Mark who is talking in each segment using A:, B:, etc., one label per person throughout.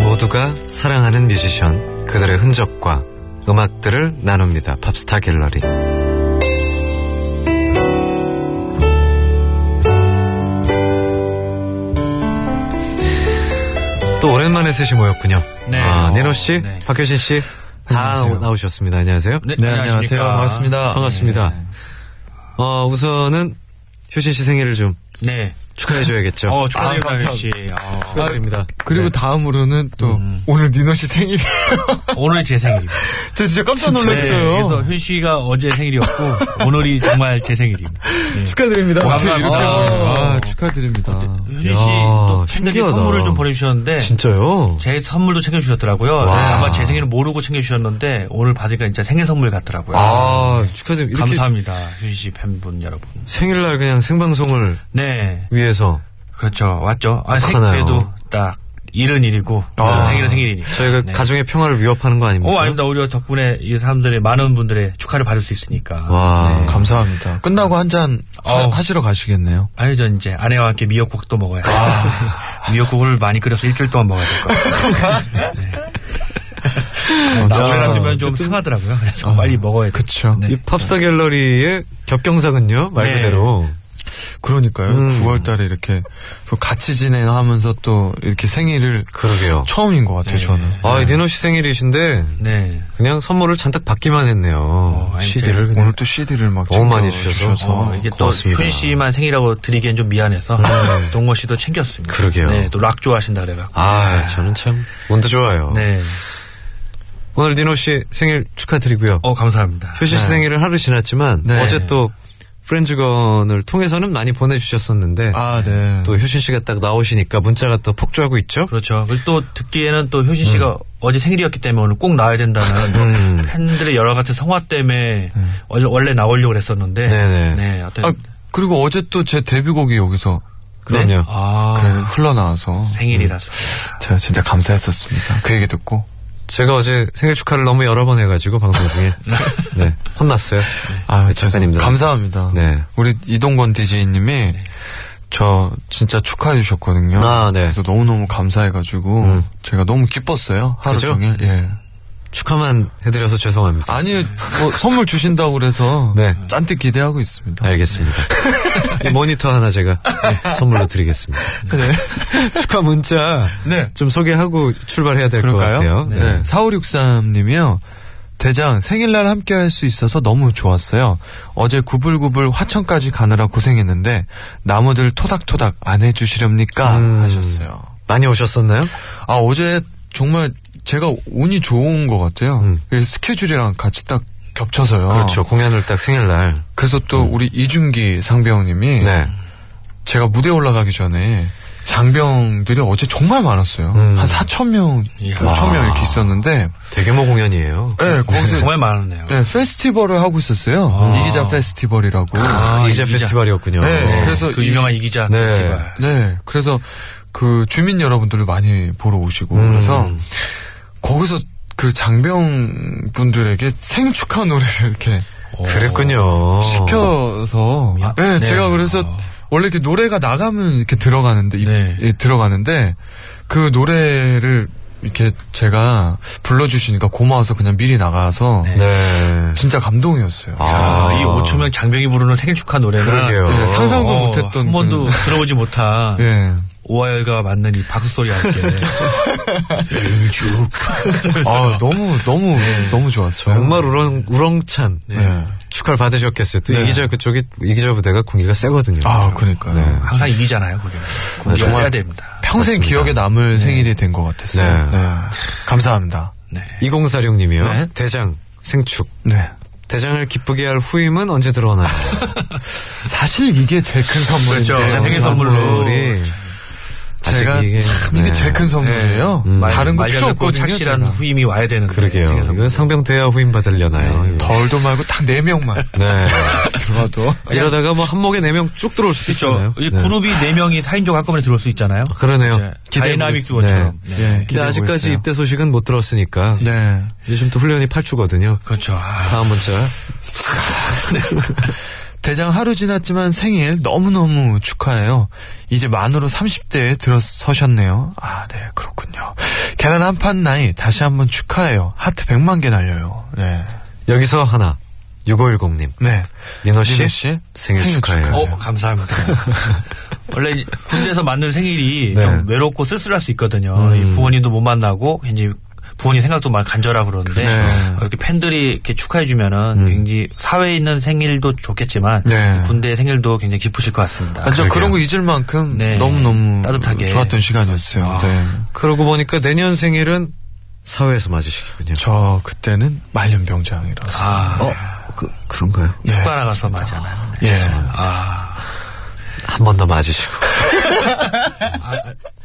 A: 모두가 사랑하는 뮤지션, 그들의 흔적과 음악들을 나눕니다. 팝스타 갤러리. 또 오랜만에 셋이 모였군요.
B: 네.
A: 아, 네노 씨,
B: 네.
A: 박효신 씨, 다
C: 안녕하세요.
A: 나오셨습니다. 안녕하세요.
C: 네, 안녕하세요. 반갑습니다.
A: 반갑습니다.
B: 네.
A: 어, 우선은 효신 씨 생일을 좀
B: 네.
A: 축하해줘야겠죠.
B: 어, 축하드립니다,
C: 아, 감사합니다.
B: 아, 씨. 어,
A: 축하드립니다.
C: 아, 그리고
A: 네.
C: 다음으로는 또 오늘 니노 씨 생일.
B: 어, 오늘 제 생일입니다.
C: 저 진짜 깜짝
B: 네, 그래서
C: 놀랐어요.
B: 효 씨가 어제 생일이었고, 오늘이 정말 제 생일입니다. 네.
C: 축하드립니다.
B: 와,
C: 어떻게 이렇게
B: 아,
C: 하네요.
B: 아,
C: 아, 축하드립니다.
B: 효신 씨또
A: 야,
B: 팬들이
A: 신기하다.
B: 선물을 좀 보내주셨는데, 네.
A: 진짜요?
B: 제 선물도 챙겨주셨더라고요.
A: 와.
B: 네, 아마 제 생일은 모르고 챙겨주셨는데, 오늘 받으니까 진짜 생일 선물 같더라고요.
A: 아, 축하드립니다. 이렇게
B: 감사합니다. 효신 씨 팬분 여러분.
A: 생일날 그냥 생방송을
B: 네.
A: 위해서
B: 그렇죠. 왔죠. 아,
A: 어떡하나요?
B: 생일에도 딱, 일은 일이고,
C: 아.
B: 아, 생일은 생일이니까.
A: 아, 저희가
B: 네.
A: 가정의 평화를 위협하는 거 아닙니까?
B: 어, 아닙니다. 오히려 덕분에 이 사람들의 많은 분들의 축하를 받을 수 있으니까. 네.
A: 와, 감-
C: 네, 감사합니다. 끝나고 한 잔
B: 아우.
C: 하시러 가시겠네요.
B: 아니, 전 이제 아내와 함께 미역국도 먹어야 돼. 미역국을 많이 끓여서 일주일 동안 먹어야 될 것 같아요. 네.
C: 진짜. 어,
B: 나오래 놔두면 좀 상하더라고요. 그래서
C: 아,
B: 빨리 먹어야 돼.
C: 그쵸.
B: 네.
A: 이 팝스타 갤러리의 겹경사군요, 말
B: 네.
A: 그대로.
C: 그러니까요.
A: 음.
C: 9월달에 이렇게 또 같이 지내하면서 또 이렇게 생일을
A: 그러게요.
C: 처음인 것 같아요. 저는. 네.
A: 아, 이 디노 씨 생일이신데,
B: 네.
A: 그냥 선물을 잔뜩 받기만 했네요.
B: 아니,
A: CD를.
C: 어, 오늘 또 CD를 막
A: 너무 많이
C: 챙겨주셔서.
A: 주셔서.
B: 어, 이게 또
A: 고맙습니다. 네.
B: 효진 씨만 생일이라고 드리기엔 좀 미안해서 동건 씨도 챙겼습니다.
A: 그러게요.
B: 네, 또 락 좋아하신다 그래갖고.
A: 아, 어. 저는 참, 운도 좋아요.
B: 네.
A: 오늘 디노 씨 생일 축하드리고요.
B: 어, 감사합니다.
A: 효신 씨 생일은 하루 지났지만,
C: 네.
A: 어제 또, 프렌즈건을 통해서는 많이 보내주셨었는데,
C: 아, 네.
A: 또 효신 씨가 딱 나오시니까 문자가 또 폭주하고 있죠?
B: 그렇죠. 그리고 또 듣기에는 또 효진 씨가
A: 음.
B: 어제 생일이었기 때문에 오늘 꼭 나와야 된다는 팬들의 여러 가지 성화 때문에 원래, 원래 나오려고 그랬었는데.
A: 네네.
B: 네, 어떤.
C: 아, 그리고 어제 또 제 데뷔곡이 여기서 네.
A: 그럼요. 음.
B: 아,
C: 그래, 흘러나와서
A: 네.
B: 생일이라서.
C: 제가 진짜 감사했었습니다. 그 얘기 듣고
A: 제가 어제 생일 축하를 너무 여러 번 해가지고, 방송 중에. 네. 혼났어요.
C: 아,
A: 네, 작가님들.
C: 감사합니다.
A: 네.
C: 우리 이동건 DJ님이 저 진짜 축하해 주셨거든요.
A: 아, 네. 음.
C: 그래서 너무너무 감사해가지고 제가 너무 기뻤어요. 하루
A: 그죠? 네.
C: 종일. 예.
A: 축하만 해드려서 죄송합니다.
C: 아니, 뭐 선물 주신다고 그래서
A: 네.
C: 잔뜩 기대하고 있습니다.
A: 알겠습니다. 이 모니터 하나 제가 네, 선물로 드리겠습니다. 축하 문자
C: 네.
A: 좀 소개하고 출발해야 될 것
C: 그럴까요?
A: 같아요.
C: 네. 4563님이요. 대장 생일날 함께 할 수 있어서 너무 좋았어요. 어제 구불구불 화천까지 가느라 고생했는데 나무들 토닥토닥 안 해주시렵니까? 아, 하셨어요.
A: 음, 많이 오셨었나요?
C: 아 어제 정말 제가 운이 좋은 것 같아요.
A: 음.
C: 이게 스케줄이랑 같이 딱 겹쳐서요.
A: 그렇죠. 공연을 딱 생일날.
C: 그래서 또 우리 이준기 상병님이
A: 네.
C: 제가 무대 올라가기 전에 장병들이 어제 정말 많았어요.
A: 음.
C: 한 4천 명,
B: 이야.
C: 5천 명 이렇게 있었는데,
A: 대규모 뭐 공연이에요.
C: 예, 거기서
B: 정말 많았네요.
C: 예, 페스티벌을 하고 있었어요.
B: 아.
C: 이기자 페스티벌이라고.
A: 아, 이자
B: 이기자.
A: 페스티벌이었군요.
C: 네,
A: 어.
C: 그래서
B: 그
C: 이-
B: 유명한 이기자
A: 네.
B: 페스티벌.
C: 네, 그래서 그 주민 여러분들을 많이 보러 오시고
B: 음.
C: 그래서 거기서 그 장병 분들에게 생 축하 노래를 이렇게
A: 그랬군요.
C: 시켜서
B: 어. 야.
C: 네,
B: 네.
C: 제가 그래서
B: 어.
C: 원래 이렇게 노래가 나가면 이렇게 들어가는데 이-
B: 네.
C: 예, 들어가는데 그 노래를 이렇게 제가 불러주시니까 고마워서 그냥 미리 나가서
A: 네.
C: 진짜 감동이었어요.
B: 아,
A: 아.
B: 이 5천 명 장병이 부르는 생일 축하 노래는
A: 그러게요.
C: 예, 상상도
B: 어,
C: 못했던
B: 한 번도
C: 그-
B: 들어보지 못한
C: 예.
B: 오하열과 맞는 이 박수 소리와 함께 생일 축
C: 아 너무 너무 너무 좋았어요.
A: 정말 우렁, 우렁찬
C: 네.
A: 축하를 받으셨겠어요. 또
C: 네.
A: 이기자 그쪽이 이기자 부대가 공기가 세거든요.
C: 아 그러니까요.
A: 네.
B: 항상 이기잖아요, 그게. 군기가
A: 정말-
B: 써야 됩니다.
C: 평생
A: 그렇습니다.
C: 기억에 남을 생일이 된 것 같았어요.
A: 네.
C: 네. 감사합니다.
B: 네.
A: 2046님이요.
C: 네.
A: 대장 생축.
C: 네.
A: 대장을 기쁘게 할 후임은 언제 들어오나요?
C: 사실 이게 제일 큰 선물이죠.
B: 그렇죠. 생일 선물로.
A: 네, 우리
C: 제가
A: 아직 이게-
C: 참 이게
A: 네.
C: 제일 큰 선물이에요.
A: 음.
C: 다른 거
B: 말
C: 필요
B: 려고
C: 없거든요.
B: 착실한
C: 제가.
B: 후임이 와야 되는
A: 그러게요. 이건 상병 돼야 후임 받으려나요? 이거.
C: 네. 덜도 말고 딱 네 명만
A: 네.
C: 들어도.
A: 이러다가 뭐 한목에 네 명 쭉 들어올 수도 있잖아요.
B: 그렇죠. 이
A: 네.
B: 그룹이 네 명이 4인조 한꺼번에 들어올 수 있잖아요.
A: 그러네요.
B: 이제 다이나믹
A: 보겠-
B: 듀오처럼.
A: 네.
B: 네.
C: 예,
A: 근데
C: 기대해
A: 아직까지
C: 보겠어요.
A: 입대 소식은 못 들었으니까
C: 네. 그렇죠.
A: 요즘 또 훈련이 8주거든요.
B: 그렇죠. 아,
A: 다음 문자.
C: 대장 하루 지났지만 생일 너무너무 축하해요. 이제 만으로 30대에 들어서셨네요. 아, 네, 그렇군요. 계란 한 판 나이 다시 한번 축하해요. 하트 100만 개 날려요. 네.
A: 여기서 하나. 6510님.
C: 네.
A: 민호 씨,
C: 민호 씨,
A: 생일,
C: 생일
A: 축하해요.
C: 축하해요.
B: 어, 감사합니다. 원래 이 군대에서 맞는 생일이
A: 네.
B: 좀 외롭고 쓸쓸할 수 있거든요.
C: 음.
B: 이 부모님도 못 만나고 굉장히 부모님 생각도 많이 간절하고 그러는데
C: 그렇죠. 음.
B: 어, 이렇게 팬들이 이렇게 축하해 주면은 굉장히 사회에 있는 생일도 좋겠지만
C: 네.
B: 군대 생일도 굉장히 기쁘실 것 같습니다.
C: 아, 저
A: 그러게요.
C: 그런 거 잊을 만큼
B: 네.
C: 너무너무
B: 따뜻하게.
C: 좋았던 시간이었어요.
B: 아.
C: 네.
A: 그러고 보니까 내년 생일은 사회에서 맞으시군요.
C: 네. 저 그때는 말년병장이라서.
B: 아, 네.
A: 어, 그, 그런가요?
C: 네.
B: 휴가 나가서 맞잖아요.
C: 예.
A: 한 번 더 맞으시고.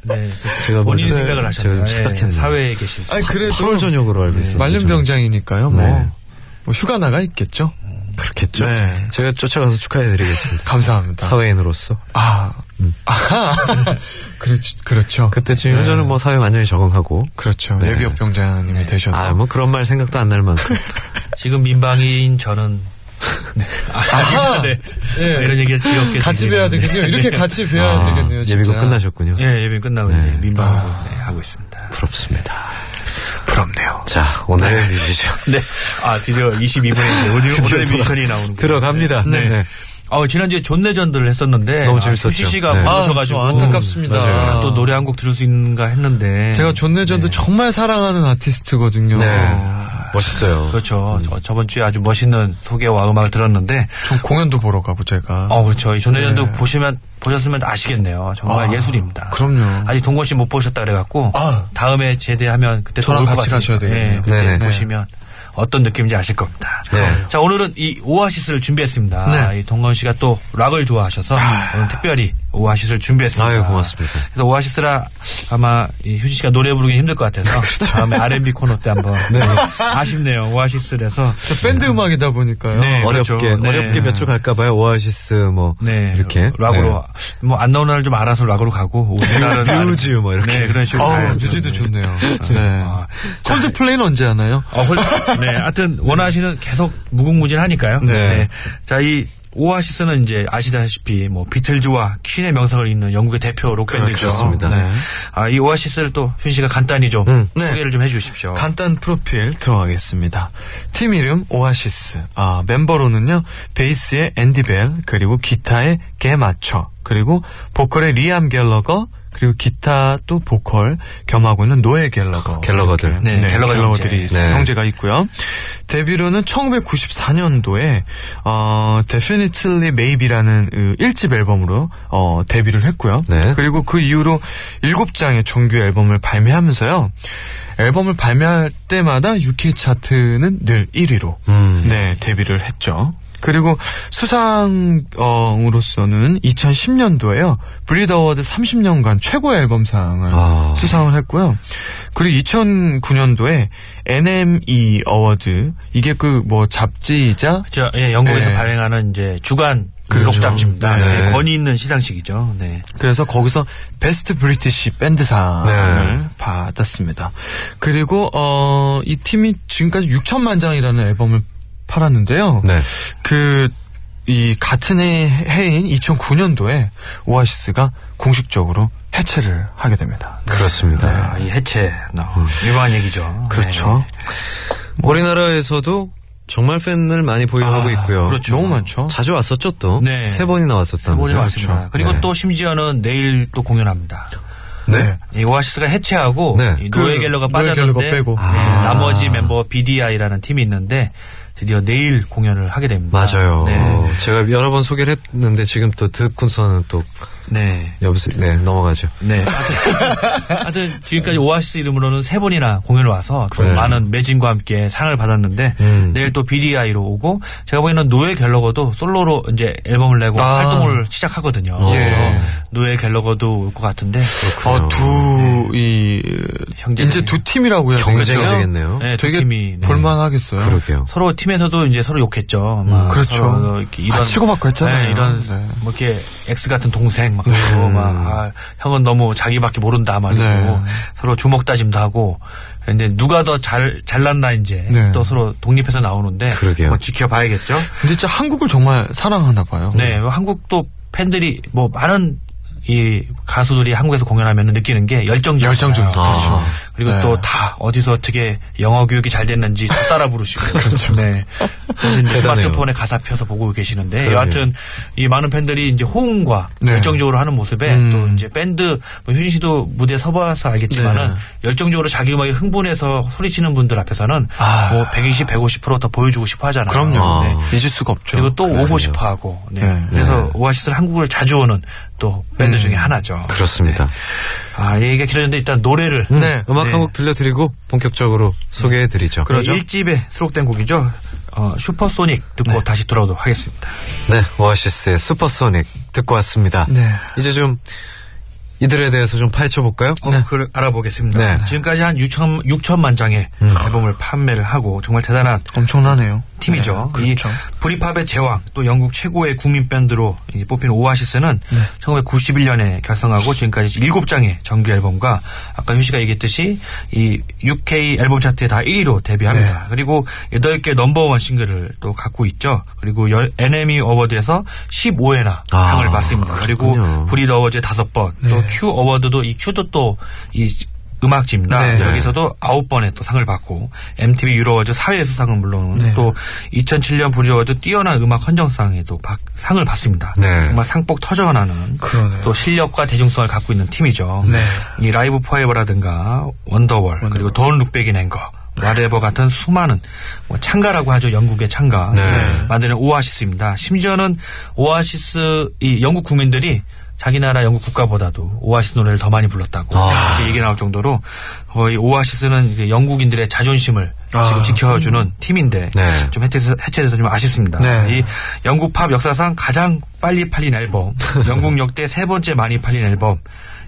B: 네.
A: 제가
B: 본인
A: 모르는-
B: 생각을 하셨네요.
A: 제가
B: 예,
A: 착각했네요.
B: 사회에 계실 수.
C: 아니, 그래도 네.
A: 8월 저녁으로 알고 있어요.
C: 말년병장이니까요.
A: 네.
C: 뭐, 뭐 휴가 나가 있겠죠.
A: 그렇겠죠.
C: 네.
A: 제가 쫓아가서 축하해드리겠습니다.
C: 감사합니다.
A: 사회인으로서.
C: 아, 아하. 그렇지, 그렇죠.
A: 그때쯤이면
C: 네.
A: 저는 뭐 사회 완전히 적응하고.
C: 그렇죠.
A: 네.
C: 예비역 병장님이 되셔서.
A: 아, 뭐 그런 말 생각도 안 날 만큼.
B: 지금 민방위인 저는
C: 아하.
B: 네.
C: 예.
B: 이런 얘기 귀엽게
C: 같이
B: 지금.
C: 뵈야 되겠네요. 이렇게 같이 뵈야
A: 아,
C: 되겠네요. 진짜.
A: 예비군 끝나셨군요.
B: 예, 예비 끝나고
A: 네.
B: 이제 민방위로 네, 하고 있습니다.
A: 부럽습니다.
C: 부럽네요.
A: 자, 오늘의 뮤지션.
B: 네. 아, 드디어 22분에 오늘, 오늘의
A: 드디어
B: 미션이 나오는 거
A: 들어갑니다.
B: 네.
A: 네.
B: 어, 지난주에 존레전드를 했었는데.
A: 너무 재밌었죠.
B: 휴지 씨가
A: 네.
B: 못
A: 아,
B: 오셔가지고.
C: 좀 안타깝습니다.
B: 아, 또 노래 한 곡 들을 수 있는가 했는데.
C: 제가 존내전도 정말 사랑하는 아티스트거든요.
A: 멋있어요.
B: 그렇죠. 저, 저번 주에 아주 멋있는 소개와 음악을 들었는데.
C: 전 공연도 보러 가고 제가.
B: 어, 그렇죠. 이 존레전드 보시면, 보셨으면 아시겠네요. 정말
C: 네. 아,
B: 예술입니다.
C: 그럼요.
B: 아직 동건 씨 못 보셨다 그래갖고.
C: 아.
B: 다음에 제대하면 그때 또
C: 저랑
B: 올것
C: 같이
B: 같으니까.
C: 가셔야 되겠네요.
B: 예, 그때
A: 네네.
B: 보시면 어떤 느낌인지 아실 겁니다.
A: 네.
B: 자, 오늘은 이 오아시스를 준비했습니다.
C: 네.
B: 이 동건 씨가 또 락을 좋아하셔서 오늘 특별히 오아시스를 준비했습니다.
A: 아유, 고맙습니다.
B: 그래서 오아시스라 아마 이 휴지 씨가 노래 부르기 힘들 것 같아서
C: 그렇죠.
B: 다음에 R&B 코너 때 한번
C: 네.
B: 아쉽네요. 오아시스에서
C: 저 밴드 음악이다 보니까요.
B: 네.
A: 어렵게,
B: 그렇죠. 네.
A: 어렵게 몇 주 갈까봐요. 오아시스 뭐.
B: 네.
A: 이렇게.
B: 락으로. 뭐, 안 나오는 날좀 알아서 락으로 가고, 오는
A: 네.
B: 날은.
A: 뮤즈 뭐 이렇게.
B: 네, 그런 식으로.
C: 아우,
B: 가야죠. 네.
C: 뮤지도 좋네요. 네.
B: 아,
C: 콜드플레이는 언제 하나요?
B: 어, 홀, 네. 하여튼, 원하시는 계속 무궁무진하니까요.
A: 네.
B: 자, 이 오아시스는 이제 아시다시피 뭐 비틀즈와 퀸의 명성을 잇는 영국의 대표 록밴드죠.
A: 그렇습니다.
B: 네. 아, 이 오아시스를 또 휘 씨가 간단히 좀
A: 음,
C: 네.
B: 소개를 좀 해주십시오.
C: 간단 프로필 네, 들어가겠습니다. 팀 이름 오아시스. 아, 멤버로는요, 베이스의 앤디 벨, 그리고 기타의 게 마처, 그리고 보컬의 리암 갤러거, 그리고 기타 또 보컬 겸하고 있는 노엘 갤러거.
A: 갤러거들.
C: 이렇게. 네,
B: 네, 갤러거
C: 갤러거들이
B: 형제.
C: 있-
A: 네.
C: 형제가 있고요. 데뷔로는 1994년도에 어, Definitely Maybe라는 그 1집 앨범으로 어, 데뷔를 했고요.
A: 네.
C: 그리고 그 이후로 7장의 정규 앨범을 발매하면서요. 앨범을 발매할 때마다 UK 차트는 늘 1위로
A: 음.
C: 네, 데뷔를 했죠. 그리고 수상으로서는 2010년도에요. 브리더 워드 30년간 최고의 앨범상을
A: 아.
C: 수상을 했고요. 그리고 2009년도에 NME 어워드 이게 그 뭐 잡지이자
B: 저, 예, 영국에서
C: 네.
B: 발행하는 이제 주간
C: 그렇죠.
B: 록 잡지입니다.
A: 네.
B: 네, 권위 있는 시상식이죠. 네.
C: 그래서 거기서 베스트 브리티시 밴드상을
A: 네.
C: 받았습니다. 그리고 어 이 팀이 지금까지 6천만 장이라는 앨범을 팔았는데요.
A: 네.
C: 그 이 같은 해, 해인 2009년도에 오아시스가 공식적으로 해체를 하게 됩니다. 네.
A: 그렇습니다.
B: 아, 이 해체. 나
A: 음.
B: 유명한 얘기죠. 네.
C: 그렇죠.
A: 우리나라에서도 정말 팬을 많이 보유하고 있고요.
B: 그렇죠.
C: 너무 많죠.
A: 자주 왔었죠 또.
B: 네.
A: 세 번이나 왔었다면서요.
B: 네. 그렇죠. 그리고
A: 네.
B: 또 심지어는 내일 또 공연합니다.
A: 네.
B: 이 오아시스가 해체하고
A: 네.
B: 이
C: 그
B: 노예 갤러가
C: 노예
B: 빠졌는데
C: 갤러거 빼고.
B: 네,
A: 아.
B: 나머지 멤버 BDI라는 팀이 있는데 드디어 내일 공연을 하게 됩니다.
A: 맞아요.
B: 네.
A: 제가 여러 번 소개를 했는데 지금 또 듣고서는 또
B: 네.
A: 여보세요. 네 넘어가죠.
B: 네. 하여튼, 하여튼 지금까지 오아시스 이름으로는 세 번이나 공연을 와서 또
A: 네. 그래요.
B: 많은 매진과 함께 상을 받았는데
A: 음.
B: 내일 또 BDI로 오고 제가 보기에는 노예 갤러거도 솔로로 이제 앨범을 내고
C: 아.
B: 활동을 시작하거든요.
A: 예.
B: 그래서 노예 갤러거도 올 것 같은데
A: 그렇군요.
C: 어두이
B: 형제들이-
C: 이제 두 팀이라고 해야
A: 경쟁이
C: 되겠죠.
A: 되겠네요.
B: 네, 두
C: 되게
B: 팀이, 네.
C: 볼만하겠어요.
A: 그러게요.
B: 서로 팀 팀에서도 이제 서로 욕했죠. 아마
C: 음, 그렇죠.
B: 서로 뭐 이렇게 이런
C: 아, 치고받고 했잖아요.
B: 네, 이런
C: 네. 음.
B: 뭐 이렇게 X 같은 동생 막 그러고 막 아, 형은 너무 자기밖에 모른다 막 이러고
C: 네.
B: 서로 주먹 다짐도 하고 근데 누가 더 잘 잘났나 이제
C: 네.
B: 또 서로 독립해서 나오는데
A: 그러게요.
B: 뭐 지켜봐야겠죠.
C: 근데 진짜 한국을 정말 사랑하나 봐요.
B: 네, 한국도 팬들이 뭐 많은 이 가수들이 한국에서 공연하면 느끼는 게 열정적 어.
C: 열정 좀
A: 아.
C: 그렇죠.
B: 그리고
C: 네.
B: 또 다 어디서 어떻게 영어 교육이 잘 됐는지 다 따라 부르시고
C: 그렇죠.
B: 네 그래서 이제
A: 대단해요.
B: 스마트폰에 가사 펴서 보고 계시는데
A: 그러게요.
B: 여하튼 이 많은 팬들이 이제 호응과
C: 네.
B: 열정적으로 하는 모습에
C: 음.
B: 또 이제 밴드 뭐 효진 씨도 무대 에 서봐서
C: 네.
B: 알겠지만은 열정적으로 자기 음악에 흥분해서 소리치는 분들 앞에서는
C: 아.
B: 뭐 120, 150%더 보여주고 싶어 하잖아요.
C: 그럼요.
B: 네.
C: 잊을 수가 없죠.
B: 그리고 또
A: 그러네요.
B: 오고 싶어 하고. 네.
C: 그렇죠. 네.
B: 그래서 오아시스는 한국을 자주 오는 또 밴드 중에 하나죠.
A: 그렇습니다.
B: 아, 얘기가 길어졌는데 일단 노래를.
C: 네.
A: 네. 음악
B: 네.
A: 한 곡 들려드리고 본격적으로 소개해드리죠. 네.
B: 그러죠. 1집에 수록된 곡이죠. 어, 슈퍼소닉 듣고 다시 돌아오도록 하겠습니다.
A: 네, 오아시스의 슈퍼소닉 듣고 왔습니다.
C: 네.
A: 이제 좀 이들에 대해서 좀 파헤쳐볼까요?
B: 어, 그걸 알아보겠습니다.
A: 네.
B: 지금까지 한 6천, 6천만 장의 앨범을 판매를 하고 정말 대단한
C: 엄청나네요.
B: 팀이죠.
C: 네, 그렇죠.
B: 이 브리팝의 제왕 또 영국 최고의 국민 밴드로 이 뽑힌 오아시스는
C: 네.
B: 1991년에 결성하고 지금까지 7장의 정규 앨범과 아까 효 씨가 얘기했듯이 이 UK 앨범 차트에 다 1위로
C: 네.
B: 데뷔합니다. 그리고 8개 넘버원 싱글을 또 갖고 있죠. 그리고 열- NME 어워드에서 15회나
A: 아,
B: 상을 받습니다. 그리고
A: 그렇군요.
B: 브리드 어워즈 5번,
C: 네.
B: 또 Q 어워드도 이 Q도 또 이 음악집입니다.
C: 네.
B: 여기서 도 아홉 번의 또 상을 받고 MTV 유로워즈 사회 수상은 물론
C: 네.
B: 또 2007년 브리워즈 뛰어난 음악 헌정상에도 박- 상을 받습니다.
A: 네.
B: 정말 상복 터져나는
C: 그러네요.
B: 또 실력과 대중성을 갖고 있는 팀이죠.
C: 네.
B: 이 라이브 포에버라든가 원더월, 그리고 돈 룩백인 앵거 와레버 같은 수많은 뭐 창가라고 하죠 영국의 창가
A: 네.
B: 만드는 오아시스입니다. 심지어는 오아시스 이 영국 국민들이 자기 나라 영국 국가보다도 오아시스 노래를 더 많이 불렀다고
A: 아.
B: 이렇게 얘기 나올 정도로 거의 오아시스는 이제 영국인들의 자존심을 지금 지켜주는 팀인데
A: 아. 네.
B: 좀 해체돼서, 해체돼서 좀 아쉽습니다.
C: 네.
B: 이 영국 팝 역사상 가장 빨리 팔린 앨범, 영국 역대 세 번째 많이 팔린 앨범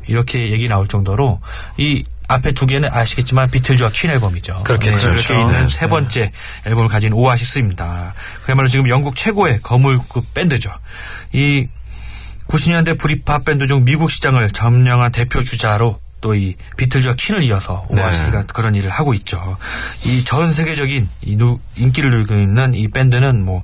B: 이렇게 얘기 나올 정도로 이 앞에 두 개는 아시겠지만 비틀즈와 퀸 앨범이죠.
A: 그렇겠죠.
B: 이렇게
A: 그렇죠. 네.
B: 있는 세 번째 앨범을 가진 오아시스입니다. 그야말로 지금 영국 최고의 거물급 밴드죠. 이 90년대 브리팝 밴드 중 미국 시장을 점령한 대표 주자로 또 이 비틀즈와 퀸을 이어서
A: 네.
B: 오아시스가 그런 일을 하고 있죠. 이 전 세계적인 이 누- 인기를 누리고 있는 이 밴드는 뭐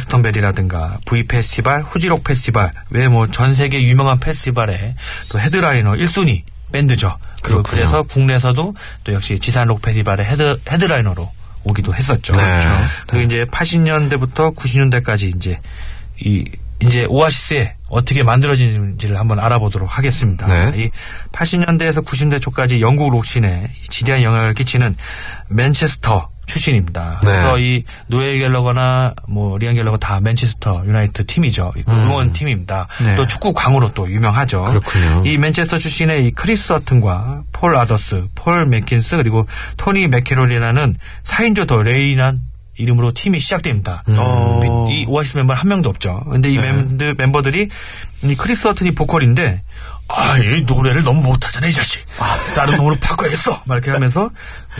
B: 글래스턴베리라든가 V 페스티벌, 후지록 페스티벌 외 뭐 전 세계 유명한 페스티벌에 또 헤드라이너 1순위 밴드죠. 그리고
A: 그렇군요.
B: 그래서 국내에서도 또 역시 지산록 페스티벌의 헤드 헤드라이너로 오기도 했었죠. 그렇죠.
A: 네.
B: 그리고 이제 80년대부터 90년대까지 이제 이 이제 오아시스에 어떻게 만들어진지를 한번 알아보도록 하겠습니다.
A: 네.
B: 이 80년대에서 90년대 초까지 영국 록신에 지대한 영향을 끼치는 맨체스터 출신입니다.
A: 네.
B: 그래서 이 노엘 갤러거나 뭐 리안 갤러거 다 맨체스터 유나이트 팀이죠. 이 응원 팀입니다.
C: 네.
B: 또 축구 광으로 또 유명하죠.
A: 음. 그렇군요.
B: 이 맨체스터 출신의 이 크리스 어튼과 폴 아더스, 폴 맥킨스 그리고 토니 맥케롤리라는 4인조 더 레이란 이름으로 팀이 시작됩니다.
C: 어.
B: 이 오아시스 멤버 한 명도 없죠. 근데 이 멤버, 멤버들이 이 크리스 어튼이 보컬인데 아, 이 노래를 너무 못하잖아, 이 자식. 다른 놈으로 바꿔야겠어! 막 이렇게 하면서,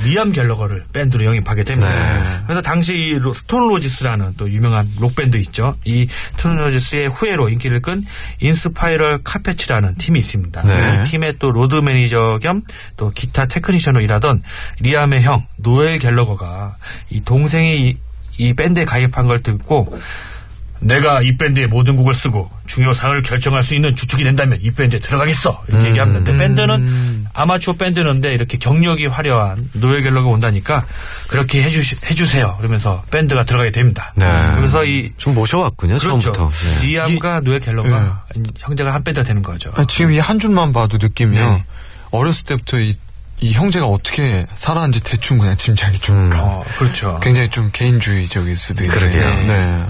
B: 리암 갤러거를 밴드로 영입하게 됩니다. 그래서 당시 이 로- 스톤 로지스라는 또 유명한 록밴드 있죠. 이 스톤 로지스의 후예로 인기를 끈 인스파이럴 카페츠라는 팀이 있습니다.
A: 네.
B: 이 팀의 또 로드 매니저 겸 또 기타 테크니션으로 일하던 리암의 형, 노엘 갤러거가 이 동생이 이- 이 밴드에 가입한 걸 듣고, 내가 이 밴드의 모든 곡을 쓰고 중요 사항을 결정할 수 있는 주축이 된다면 이 밴드에 들어가겠어 이렇게
A: 음.
B: 얘기하는데 밴드는 아마추어 밴드인데 이렇게 경력이 화려한 노엘 갤러가 온다니까 그렇게 해주시, 해주세요 그러면서 밴드가 들어가게 됩니다.
A: 네.
B: 그래서 이
A: 좀 모셔왔군요,
B: 그렇죠.
A: 처음부터. 네. 예.
B: 리암과 노엘 갤러가 형제가 한 밴드가 되는 거죠.
C: 아니, 지금 이 한 줄만 봐도 느낌이요.
B: 네.
C: 어렸을 때부터 이, 이 형제가 어떻게 살아왔는지 대충 그냥 짐작이 좀 가.
B: 어, 그렇죠.
C: 굉장히 좀 개인주의적일 수도 있네요.
A: 그러게요.
C: 네.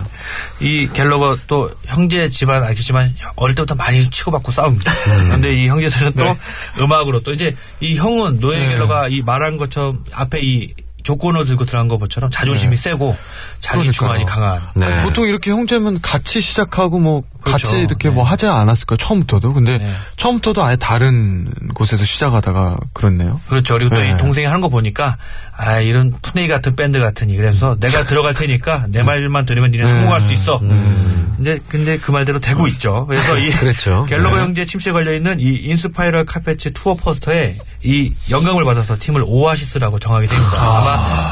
B: 이 갤러거 또 형제 집안 알겠지만 어릴 때부터 많이 치고받고 싸웁니다.
C: 음.
B: 근데 이
C: 네.
B: 형제들은 또 음악으로 또 이제 이 형은 노예 갤러가 이 말한 것처럼 앞에 이 조건을 들고 들어간 것처럼 자존심이 세고 자기
C: 네. 그러니까요.
B: 주관이 강한.
A: 네.
C: 아니, 그 보통 이렇게 형제면 같이 시작하고 뭐
B: 그렇죠.
C: 같이 이렇게
B: 네.
C: 뭐 하지 않았을까요? 처음부터도. 근데
B: 네.
C: 처음부터도 아예 다른 곳에서 시작하다가 그렇네요.
B: 그렇죠. 그리고 또 이
C: 네.
B: 동생이 하는 거 보니까 아 이런 푸네이 같은 밴드 같으니 그래서 내가 들어갈 테니까
A: 음.
B: 내 말만 들으면 니네 성공할 수 있어. 근데 근데 그 말대로 되고 있죠. 그래서 이
A: 그랬죠.
B: 갤러거
A: 네.
B: 형제 침실에 걸려 있는 이 인스파이럴 카페츠 투어 포스터에 이 영감을 받아서 팀을 오아시스라고 정하게 됩니다.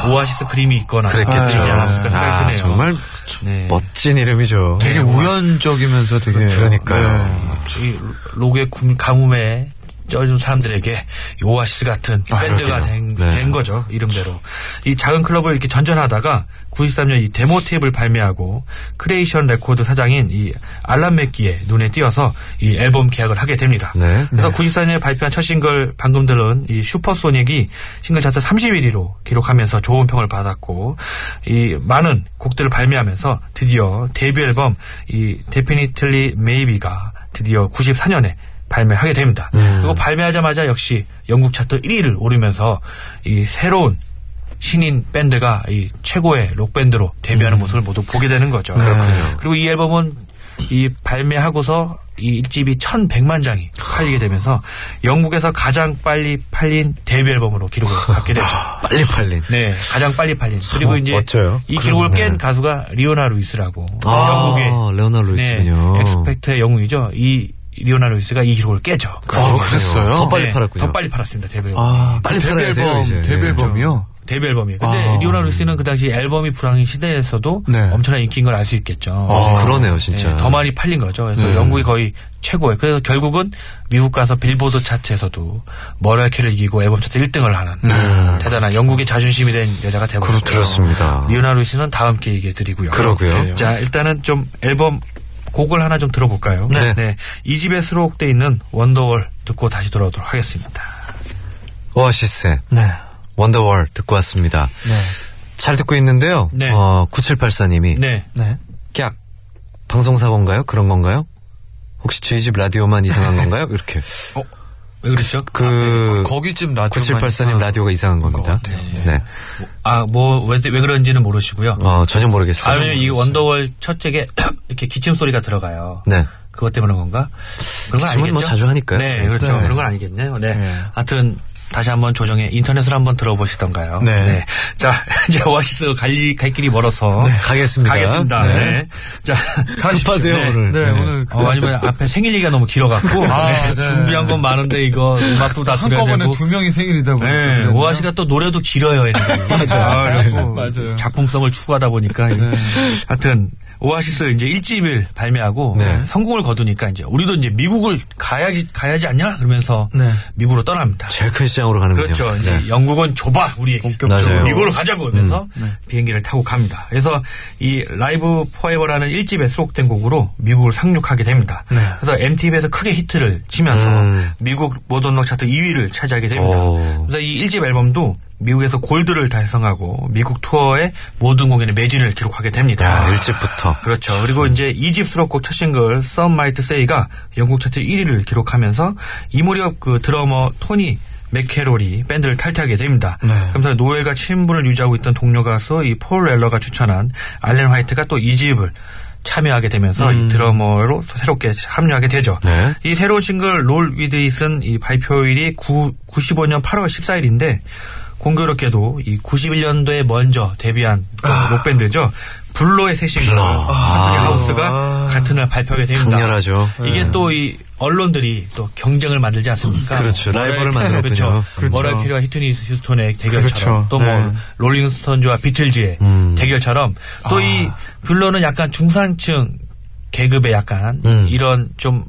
B: 아마 오아시스 그림이 있거나
A: 그랬겠죠.
B: 그러지 않았을까 생각이
A: 아,
B: 드네요.
A: 정말
B: 네.
A: 멋진 이름이죠. 네.
C: 되게 우연적이면서 되게
A: 그러니까요.
C: 네.
B: 이 로고의 굼- 가뭄에 쪄준 사람들에게 이 오아시스 같은 이 밴드가 된,
A: 네.
B: 된 거죠 이름대로 이 작은 클럽을 이렇게 전전하다가 93년 이 데모 테이프를 발매하고 크레이션 레코드 사장인 이 알람 맥기의 눈에 띄어서 이 앨범 계약을 하게 됩니다.
A: 네.
B: 그래서 94년에 발표한 첫 싱글 방금 들은 이 슈퍼소닉이 싱글 차트 31위로 기록하면서 좋은 평을 받았고 이 많은 곡들을 발매하면서 드디어 데뷔 앨범 이 Definitely Maybe가 드디어 94년에 발매하게 됩니다. 그리고 발매하자마자 역시 영국 차트 1위를 오르면서 이 새로운 신인 밴드가 이 최고의 록 밴드로 데뷔하는 모습을 모두 보게 되는 거죠. 그렇군요. 그리고 이 앨범은 이 발매하고서 이 1집이 1100만 장이 팔리게 되면서 영국에서 가장 빨리 팔린 데뷔 앨범으로 기록을 받게 되죠.
A: 빨리 팔린.
B: 네, 가장 빨리 팔린. 그리고
A: 참
B: 이제
A: 멋져요.
B: 이 기록을
A: 그러네.
B: 깬 가수가 리오나 루이스라고 영국의
A: 아, 레오나 루이스군요.
B: 네, 엑스펙트의 영웅이죠. 이 리오나 루이스가 이 기록을 깨죠.
A: 아, 그러네요.
C: 그랬어요?
A: 더 빨리
B: 네,
A: 팔았군요.
B: 더 빨리 팔았습니다. 데뷔 앨범.
C: 아,
A: 빨리
C: 빨리 데뷔
A: 팔아야 돼요,
C: 앨범,
A: 이제.
C: 데뷔
A: 예.
C: 앨범이요?
B: 데뷔 앨범이에요. 근데
C: 아.
B: 리오나 루이스는 그 당시 앨범이 불황인 시대에서도
C: 네.
B: 엄청난 인기인 걸 알 수 있겠죠.
A: 어, 그러네요, 진짜. 네.
B: 예, 더 많이 팔린 거죠. 그래서 영국이 거의 최고예요. 그래서 결국은 미국 가서 빌보드 차트에서도 머라이캐를 이기고 앨범 차트 1등을 하는 대단한 영국의 자존심이 된 여자가 되고
A: 네. 그렇습니다.
B: 리오나 루이스는 다음 기회에 드리고요. 네.
A: 그러고요.
B: 자 일단은 좀 앨범 곡을 하나 좀 들어볼까요?
A: 네.
B: 이 집에 수록돼 있는 원더월 듣고 다시 돌아오도록 하겠습니다.
A: 오아시스.
C: 네.
A: 원더월 듣고 왔습니다. 잘 듣고 있는데요.
B: 네.
A: 어, 9784님이
B: 네.
C: 네.
A: 깍 방송사고인가요? 그런 건가요? 혹시 저희 집 라디오만 이상한 건가요? 이렇게
B: 왜 그렇죠?
A: 그
C: 거기쯤 라디오.
A: 9784님 라디오가 이상한 겁니다. 네.
B: 아, 뭐, 왜, 왜 그런지는 모르시고요.
A: 어, 전혀 모르겠어요.
B: 아니면 네, 이 원더월 첫째에 이렇게 기침 소리가 들어가요.
A: 네.
B: 그것 때문에 그런 건가? 그런
A: 기침은
B: 건 아니겠죠?
A: 뭐 자주 하니까요.
B: 네, 그렇죠.
A: 네.
B: 그런 건 아니겠네요. 네. 하여튼 다시 한번 조정해 인터넷으로 한번 들어보시던가요.
C: 네.
B: 자, 이제 오아시스 갈, 일- 갈 길이 멀어서
A: 네. 가겠습니다.
B: 가겠습니다. 네. 자,
A: 급하세요, 오늘.
C: 네, 오늘
B: 어, 아니면 앞에 생일 얘기가 너무 길어갖고
C: 아, 네.
B: 준비한 건 많은데 이거 음악도 다 들어야
C: 한꺼번에
B: 되고
C: 두 명이 생일이다 보니까.
B: 네,
C: 그러네요.
B: 오아시가 또 노래도 길어요. 맞아요.
C: 맞아요.
B: 작품성을 추구하다 보니까. 하여튼, 오아시스 이제 1집을 발매하고
A: 네.
B: 성공을 거두니까 이제 우리도 이제 미국을 가야지, 가야지 않냐? 그러면서
C: 네.
B: 미국으로 떠납니다.
A: 제일 큰 시장으로 가는군요.
B: 그렇죠. 이제
A: 네.
B: 영국은 좁아 우리
A: 맞아요.
B: 미국으로 가자고 하면서
A: 음. 네.
B: 비행기를 타고 갑니다. 그래서 이 라이브 포에버라는 1집에 수록된 곡으로 미국을 상륙하게 됩니다. 그래서 MTV에서 크게 히트를 치면서
A: 네. 음.
B: 미국 모던 록 차트 2위를 차지하게 됩니다.
A: 오.
B: 그래서 이 1집 앨범도 미국에서 골드를 달성하고 미국 투어의 모든 공연에 매진을 기록하게 됩니다.
A: 야, 일찍부터.
B: 그렇죠. 그리고 이제 2집 수록곡 첫 싱글 Some Might Say가 영국 차트 1위를 기록하면서 이 무렵 그 드러머 토니 맥케롤이 밴드를 탈퇴하게 됩니다.
A: 네.
B: 그러면서 노엘과 친분을 유지하고 있던 동료 가수 이 폴 렐러가 추천한 알렌 화이트가 또 2집을 참여하게 되면서 이 드러머로 새롭게 합류하게 되죠.
A: 음. 네.
B: 이 새로운 싱글 롤 위드 이슨 이 발표일이 9, 95년 8월 14일인데 공교롭게도 이 91년도에 먼저 데뷔한 그 록밴드죠. 블러의 새 싱글
A: 아. 블러.
B: 컨트리
A: 아.
B: 하우스가 같은 날 발표하게 됩니다.
A: 강렬하죠. 네.
B: 이게 또 이 언론들이 또 경쟁을 만들지 않습니까?
A: 그렇죠. 라이벌을
B: 머라이-
A: 만들었군요.
B: 그렇죠.
A: 그렇죠.
B: 머라이 캐리와 히트니 휴스톤의 대결처럼
C: 그렇죠.
B: 또 뭐
C: 네.
B: 롤링스톤즈와 비틀즈의
A: 음. 아.
B: 대결처럼 또 이 블러는 약간 중산층 계급의 약간
A: 음.
B: 이런 좀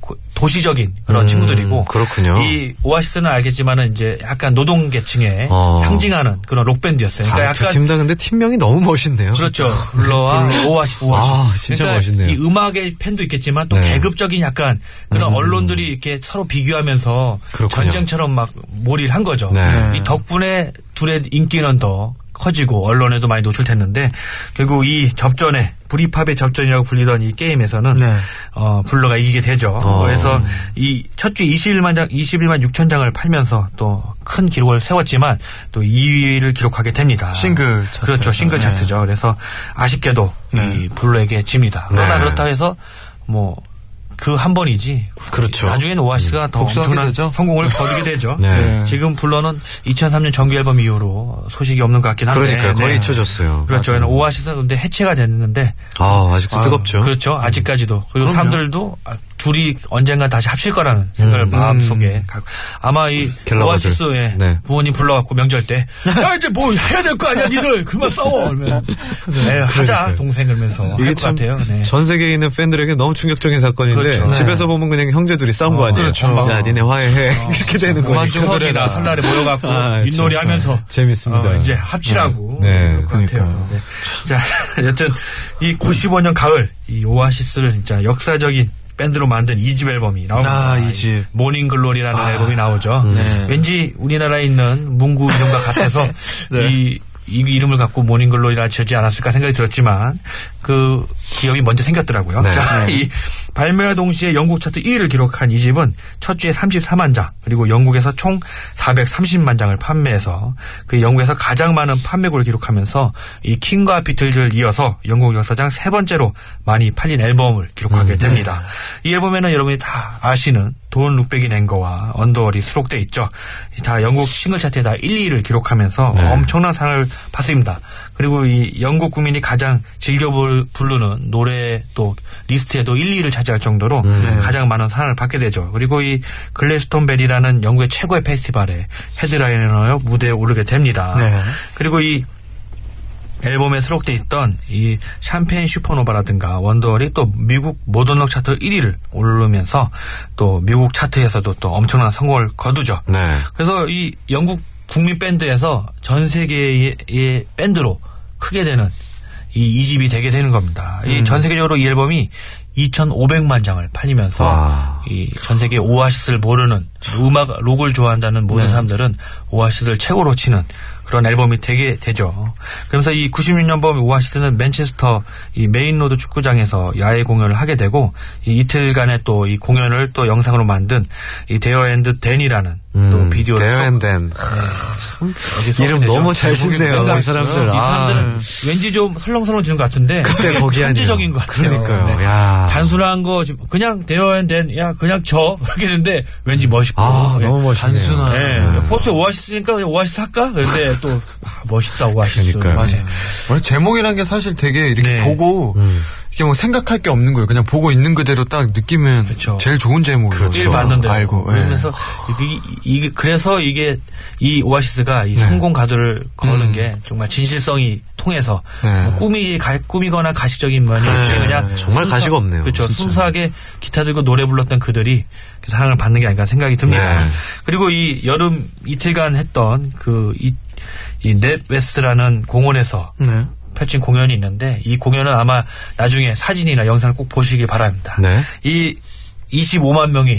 B: 고- 도시적인 그런
A: 음,
B: 친구들이고
A: 그렇군요.
B: 이 오아시스는 알겠지만은 이제 약간 노동계층의
A: 어.
B: 상징하는 그런 록 밴드였어요. 그러니까
A: 아,
B: 약간
A: 두팀 다 근데 팀명이 너무 멋있네요.
B: 그렇죠. 블러와 오아시스.
A: 아, 진짜
B: 그러니까
A: 멋있네요.
B: 이 음악의 팬도 있겠지만 또
A: 네. 음.
B: 계급적인 약간 그런 언론들이 이렇게 서로 비교하면서
A: 그렇군요.
B: 전쟁처럼 막 몰이를 한 거죠.
A: 네.
B: 이 덕분에 둘의 인기는 더 커지고 언론에도 많이 노출됐는데 결국 이 접전에 브리팝의 접전이라고 불리던 이 게임에서는
C: 네.
B: 어, 블러가 이기게 되죠.
A: 어.
B: 그래서 이 첫 주 21만 장, 21만 6천 장을 팔면서 또 큰 기록을 세웠지만 또 2위를 기록하게 됩니다.
C: 싱글 차트.
B: 그렇죠. 싱글
C: 네.
B: 차트죠. 그래서 아쉽게도
A: 네.
B: 이 블러에게 집니다. 그러나 그렇다 해서 뭐 그 한 번이지.
A: 그렇죠.
B: 나중에는 오아시스가 더
C: 복수하게
B: 엄청난
C: 되죠.
B: 성공을 거두게 되죠.
A: 네.
C: 네.
B: 지금 블러는 2003년 정규 앨범 이후로 소식이 없는 것 같긴 한데.
A: 그러니까 거의
B: 네.
A: 잊혀졌어요. 네.
B: 그렇죠. 오아시스는 근데 해체가 됐는데
A: 아, 아직도 뜨겁죠.
B: 그렇죠. 아직까지도. 그리고
C: 그럼요.
B: 사람들도 아, 둘이 언젠가 다시 합칠 거라는 생각을 마음속에 갖고. 아마 이
A: 갤러거들.
B: 오아시스의
A: 네.
B: 부모님 불러갖고 명절 때. 야, 이제 뭐 해야 될 거 아니야, 니들. 그만 싸워. 그러면. 네, 하자.
A: 그러니까요.
B: 동생 그러면서. 할
A: 이게
B: 것
A: 참
B: 같아요. 네.
A: 전 세계에 있는 팬들에게 너무 충격적인 사건인데
B: 그렇죠. 네.
A: 집에서 보면 그냥 형제들이 싸운 거 아니에요?
B: 그렇죠. 어,
A: 야, 니네 화해해 이렇게 되는
B: 그만
A: 거니까.
B: 좀 추석이나 설날에 모여갖고
A: 아,
B: 윷놀이
A: 참,
B: 하면서
A: 아, 재밌습니다.
B: 어, 이제 합치라고
A: 네, 네,
B: 그럴 것 같아요. 네. 자, 여튼 이 95년 가을 이 오아시스를 진짜 역사적인 밴드로 만든 2집 앨범이 나옵니다.
C: 아, 이집
B: 모닝 글로리라는
A: 아,
B: 앨범이 나오죠.
C: 네.
B: 왠지 우리나라에 있는 문구 이름과 같아서
A: 네.
B: 이, 이 이름을 갖고 모닝 글로리라 지었지 않았을까 생각이 들었지만 그 기업이 먼저 생겼더라고요.
A: 네.
B: 자, 이 발매와 동시에 영국 차트 1위를 기록한 이 집은 첫 주에 34만 장 그리고 영국에서 총 430만 장을 판매해서 그 영국에서 가장 많은 판매고를 기록하면서 이 킹과 비틀즈를 이어서 영국 역사상 세 번째로 많이 팔린 앨범을 기록하게 됩니다. 이 앨범에는 여러분이 다 아시는 돈 룩백인 앵거와 언더월이 수록돼 있죠. 다 영국 싱글 차트에 다 1, 2위를 기록하면서 엄청난 상을 받습니다. 그리고 이 영국 국민이 가장 즐겨 볼- 부르는 노래 또 리스트에도 1, 2위를 차지할 정도로 가장 많은 상을 받게 되죠. 그리고 이 글래스톤 벨이라는 영국의 최고의 페스티벌에 헤드라이너로 무대에 오르게 됩니다.
C: 네.
B: 그리고 이 앨범에 수록돼 있던 이 샴페인 슈퍼노바라든가 원더월이 또 미국 모던록 차트 1위를 오르면서 또 미국 차트에서도 또 엄청난 성공을 거두죠.
A: 네.
B: 그래서 이 영국 국민 밴드에서 전 세계의 밴드로 크게 되는 이 이집이 되게 되는 겁니다. 이 전 세계적으로 이 앨범이 2,500만 장을 팔리면서
A: 와.
B: 이 전 세계 오아시스를 모르는 음악 록을 좋아한다는 모든
A: 네.
B: 사람들은 오아시스를 최고로 치는 그런 앨범이 되게 되죠. 그러면서 이 96년범 오아시스는 맨체스터 이 메인로드 축구장에서 야외 공연을 하게 되고 이 이틀간의 또 이 공연을 또 영상으로 만든 이 데어 앤드 댄이라는 또
A: 음,
B: 비디오를
C: 네.
A: 대현된
B: 여기서
A: 이름
B: 되죠.
A: 너무 잘
B: 대부분
A: 짓네요,
B: 생각이
A: 이 사람들.
B: 있어요. 이
A: 아.
B: 사람들은 왠지 좀 설렁설렁지는 것 같은데
A: 그때
B: 그게
A: 거기 아니에요.
B: 천재적인 것 같아요.
A: 그러니까요.
B: 네.
A: 야.
B: 단순한 거 지금 그냥 대여앤된 야 그냥 저 이렇게 되는데 왠지 멋있고
A: 아,
B: 예.
A: 너무 멋있네요.
C: 단순한.
B: 예.
A: 음.
B: 포스에 오아시스니까 그냥 오아시스 할까? 그런데 또 아, 멋있다 오아시스.
A: 그러니까요.
B: 네.
C: 맞아요. 원래 제목이란 게 사실 되게 이렇게
B: 네.
C: 보고 이렇게 뭐 생각할 게 없는 거예요. 그냥 보고 있는 그대로 딱 느끼면
B: 그렇죠.
C: 제일 좋은 제목이에요.
B: 일 봤는데
C: 알고. 예.
B: 그러면서 이게, 이게- 그래서 이게 이 오아시스가 이 성공 가도를 거는
C: 음.
B: 게 정말 진실성이 통해서
C: 네.
B: 뭐 꿈이 가- 꿈이거나 가식적인 면이 없이
C: 네.
B: 그냥
A: 정말 가식 없네요.
B: 그렇죠.
A: 진짜.
B: 순수하게 기타 들고 노래 불렀던 그들이 그 사랑을 받는 게 아닌가 생각이 듭니다.
A: 네.
B: 그리고 이 여름 이틀간 했던 그 그이넷 웨스라는 공원에서
C: 네.
B: 펼친 공연이 있는데 이 공연은 아마 나중에 사진이나 영상을 꼭 보시기 바랍니다.
A: 네.
B: 이 25만 명이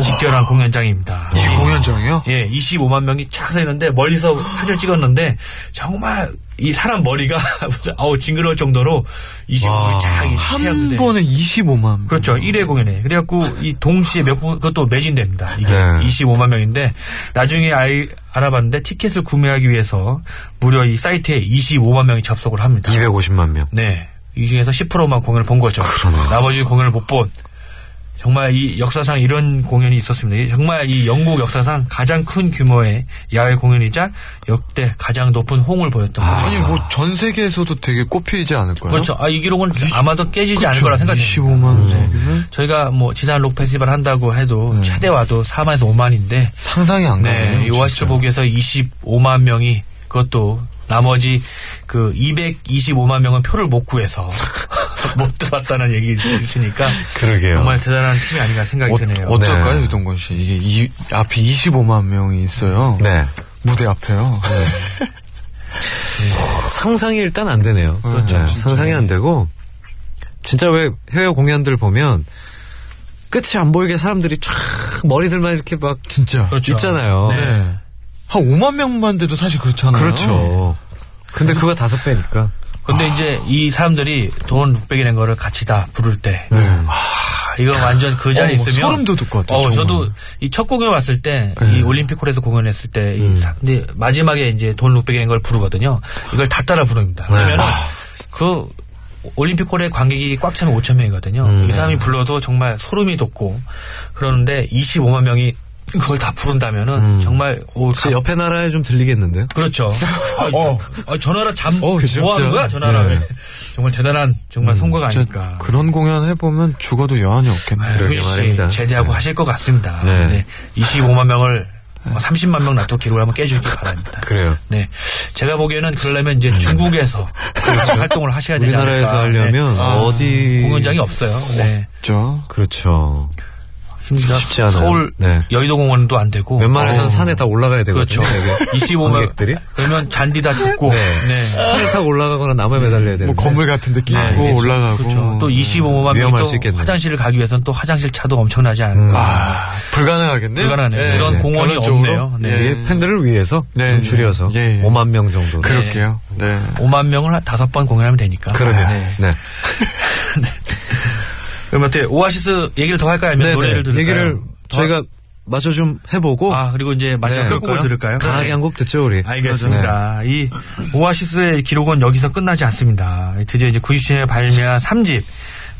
B: 집결한 공연장입니다.
C: 이 공연장이요?
B: 예, 25만 명이 쫙 서 있는데 멀리서 사진을 찍었는데 정말 이 사람 머리가 무슨 아우 징그러울 정도로 25만
A: 와.
B: 쫙한
C: 한 번에 25만.
B: 그렇죠. 1회 공연에. 그래갖고 이 동시에 몇 분, 그것도 매진됩니다. 이게
A: 네.
B: 25만 명인데 나중에 알, 알아봤는데 티켓을 구매하기 위해서 무려 이 사이트에 25만 명이 접속을 합니다.
A: 250만 명.
B: 네. 이 중에서 10%만 공연을 본 거죠. 나머지 공연을 못 본. 정말 이 역사상 이런 공연이 있었습니다. 이- 정말 이 영국 역사상 가장 큰 규모의 야외 공연이자 역대 가장 높은 홍을 보였던 거죠.
C: 아니 뭐 전 세계에서도 되게 꼽히지 않을까요?
B: 그렇죠. 아, 이 기록은 아마도 깨지지 않을
C: 그렇죠.
B: 거라 생각해요.
C: 25만 정도면
B: 저희가 뭐 지산 록 페스티벌 한다고 해도
C: 음.
B: 최대와도 4만에서 5만인데
C: 상상이 안 가네요.
B: 네, 이 오아시스
C: 진짜.
B: 보기에서 25만 명이 그것도 나머지 그 225만 명은 표를 못 구해서 못 들어왔다는 얘기있으니까
A: 그러게요.
B: 정말 대단한 팀이 아닌가 생각이 드네요.
C: 네. 어, 어떨까요,
A: 네.
C: 유동건 씨? 이게 이, 앞에 25만 명이 있어요.
A: 네.
C: 무대 앞에요.
A: 상상이 일단 안 되네요.
C: 그렇죠,
A: 네,
C: 진짜.
A: 상상이 안 되고 진짜 왜 해외 공연들 보면 끝이 안 보이게 사람들이 쫙 머리들만 이렇게 막
C: 진짜.
B: 그렇죠.
A: 있잖아요.
C: 네. 한 5만 명만 돼도 사실 그렇잖아요.
A: 그렇죠. 근데 그거 다섯 배니까.
C: 아.
B: 근데 이제 이 사람들이 돈 600이란 거를 같이 다 부를 때.
C: 네.
A: 음,
B: 하, 이거 완전 그 자리에
C: 어, 뭐
B: 있으면.
C: 소름 돋을 것 같아요,
B: 어,
C: 정말.
B: 저도 이 첫 공연 왔을 때,
C: 네. 음.
B: 이 올림픽홀에서 공연했을 때, 이 사- 근데 마지막에 이제 돈 600이란 걸 부르거든요. 이걸 다 따라 부릅니다.
C: 네.
B: 그러면
C: 아.
B: 그 올림픽홀에 관객이 꽉 차면 5천 명이거든요.
C: 음.
B: 이 사람이 불러도 정말 소름이 돋고 그러는데 25만 명이 그걸 다 부른다면은
C: 음.
B: 정말 오,
A: 그 옆에 나라에 좀 들리겠는데요?
B: 그렇죠. 어, 어, 저 나라 잠,
C: 어,
B: 뭐
C: 진짜.
B: 하는 거야? 저 나라.
C: 네. 음,
B: 정말 대단한 정말 성과가
C: 진짜
B: 아닐까.
C: 그런 공연 해보면 죽어도 여한이 없겠네요.
A: 그러게
B: 후이 씨
A: 말입니다.
B: 제대하고 하실 것 같습니다.
A: 네.
B: 네. 25만 명을 30만 명 나토 기록을 한번 깨주길
A: 아,
B: 바랍니다.
A: 그래요.
B: 네. 제가 보기에는 그러려면 이제 중국에서 그렇죠. 활동을 하셔야 되지 않을까.
A: 네. 그렇죠. 우리나라에서 하려면
B: 네.
A: 어디
B: 공연장이 없어요. 네.
C: 없죠.
A: 그렇죠.
B: 힘들다.
A: 쉽지 않아요.
B: 서울
A: 네.
B: 여의도 공원도 안 되고.
A: 웬만해선
B: 어.
A: 산에 다 올라가야
B: 그렇죠.
A: 되거든요. 되게.
B: 25만
A: 관객들이
B: 그러면 잔디 다 죽고. 네.
A: 산을 타고 올라가거나 나무에 매달려야 되는데.
C: 뭐 건물 같은 데 끼고
A: 네, 알겠습니다.
C: 올라가고
B: 그렇죠. 또 25만
A: 위험할
B: 명이
A: 수
B: 또
A: 있겠네요. 음.
B: 화장실을 가기 위해서는 또 화장실 차도 엄청나지 않을까.
C: 아, 불가능하겠네요.
B: 불가능하네요.
C: 예,
B: 그런
C: 예.
B: 공원이
C: 그런 쪽으로?
B: 없네요. 네.
A: 예, 팬들을 위해서
C: 네,
A: 좀
C: 네.
A: 줄여서
C: 예, 예.
A: 5만 명 정도.
B: 그-
C: 그럴게요. 네.
B: 5만 명을 한 다섯 번 공연하면 되니까.
A: 그러네요.
B: 네.
A: 네.
B: 그럼 어때 오아시스 얘기를 더 할까요? 아니면
A: 네,
B: 노래를
A: 네.
B: 들을까요?
A: 얘기를
B: 더-
A: 저희가 맞춰 좀 해보고
B: 아 그리고 이제 마지막
A: 네.
B: 끝곡을 들을까요?
A: 강하게
B: 네.
A: 한 곡 듣죠 우리.
B: 알겠습니다. 이 오아시스의 기록은 여기서 끝나지 않습니다. 드디어 이제 97년에 발매한 3집